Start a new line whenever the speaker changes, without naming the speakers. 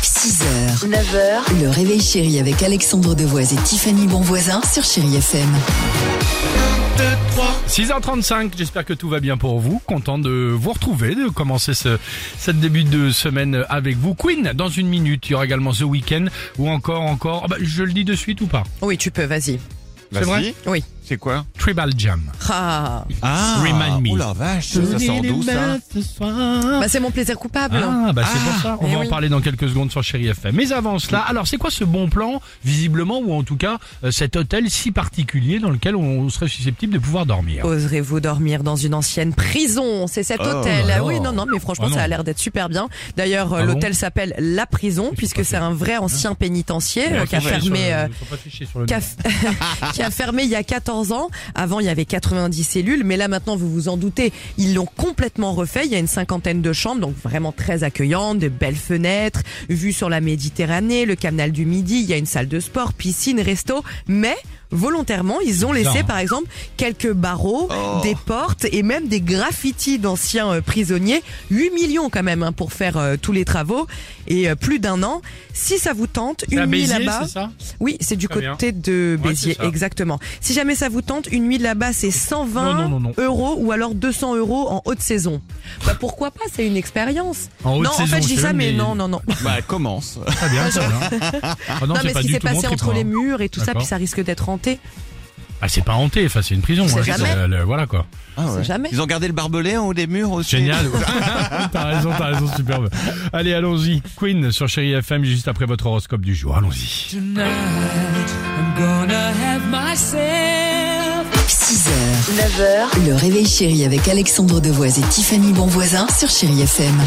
6h, 9h, le réveil chéri avec Alexandre Devoise et Tiffany Bonvoisin sur Chéri FM.
6h35, j'espère que tout va bien pour vous. Content de vous retrouver, de commencer ce, cette début de semaine avec vous. Queen, dans une minute, il y aura également ce week-end ou encore, encore. ah bah, je le dis de suite ou pas
Oui, tu peux, vas-y.
C'est vrai
Oui.
C'est quoi
Tribal Jam.
Ah,
Ah
Remind me.
Oh la vache, ça sort d'où ça
bah c'est mon plaisir coupable.
Ah, bah c'est pour ça. On
mais
va en
eh oui.
parler dans quelques secondes sur Chéri FM. Mais avant cela, alors c'est quoi ce bon plan, visiblement, ou en tout cas euh, cet hôtel si particulier dans lequel on serait susceptible de pouvoir dormir
Oserez-vous dormir dans une ancienne prison C'est cet hôtel.
là là.
Oui, non, non, mais franchement,
Ah non.
ça a l'air d'être super bien. D'ailleurs, euh,
Ah bon
l'hôtel s'appelle La Prison, puisque c'est un vrai ancien
Ah.
pénitencier euh, qui a fermé. euh,
Faut pas tricher sur le
qui
nom.
a, f- qui a fermé il y a 14 ans. Avant, il y avait 90 cellules, mais là maintenant, vous vous en doutez, ils l'ont complètement refait. Il y a une cinquantaine de chambres, donc vraiment très accueillantes, de belles fenêtres, vue sur la Méditerranée, le canal du Midi. Il y a une salle de sport, piscine, resto, mais volontairement, ils ont
Bizarre,
laissé
hein.
par exemple quelques barreaux, des portes et même des graffitis d'anciens euh, prisonniers. 8 millions quand même hein, pour faire euh, tous les travaux et euh, plus d'un an. Si ça vous tente,
C'est à
une nuit
Béziers,
là-bas.
c'est ça
Oui, c'est du
Très bien.
côté de
Ouais,
Béziers,
c'est ça.
exactement. Si jamais ça vous tente, une nuit là-bas, c'est 120
Non, non, non, non.
euros ou alors 200 euros en haute saison. Bah pourquoi pas, c'est une expérience.
En haute
non, en
saison,
fait, je dis
c'est
ça,
même
mais
des-
non, non, non.
Bah commence.
Très bien, très bien. Ah non,
non,
c'est
mais
pas
ce qui
du
s'est
tout mon
passé
trip,
entre
hein.
les murs et tout ça,
D'accord.
puis ça risque d'être hanté.
Ah, c'est pas hanté, enfin, c'est une prison.
On sait
hein,
jamais.
c'est, euh, le- voilà quoi.
Ah
sait jamais.
Ils ont gardé le barbelé en haut des murs aussi.
Génial. t'as raison, t'as raison, superbe. Allez, allons-y. Queen sur Chéri FM, juste après votre horoscope du jour. Allons-y.
6h, 9h, le réveil chéri avec Alexandre Devoise et Tiffany Bonvoisin sur Chéri FM.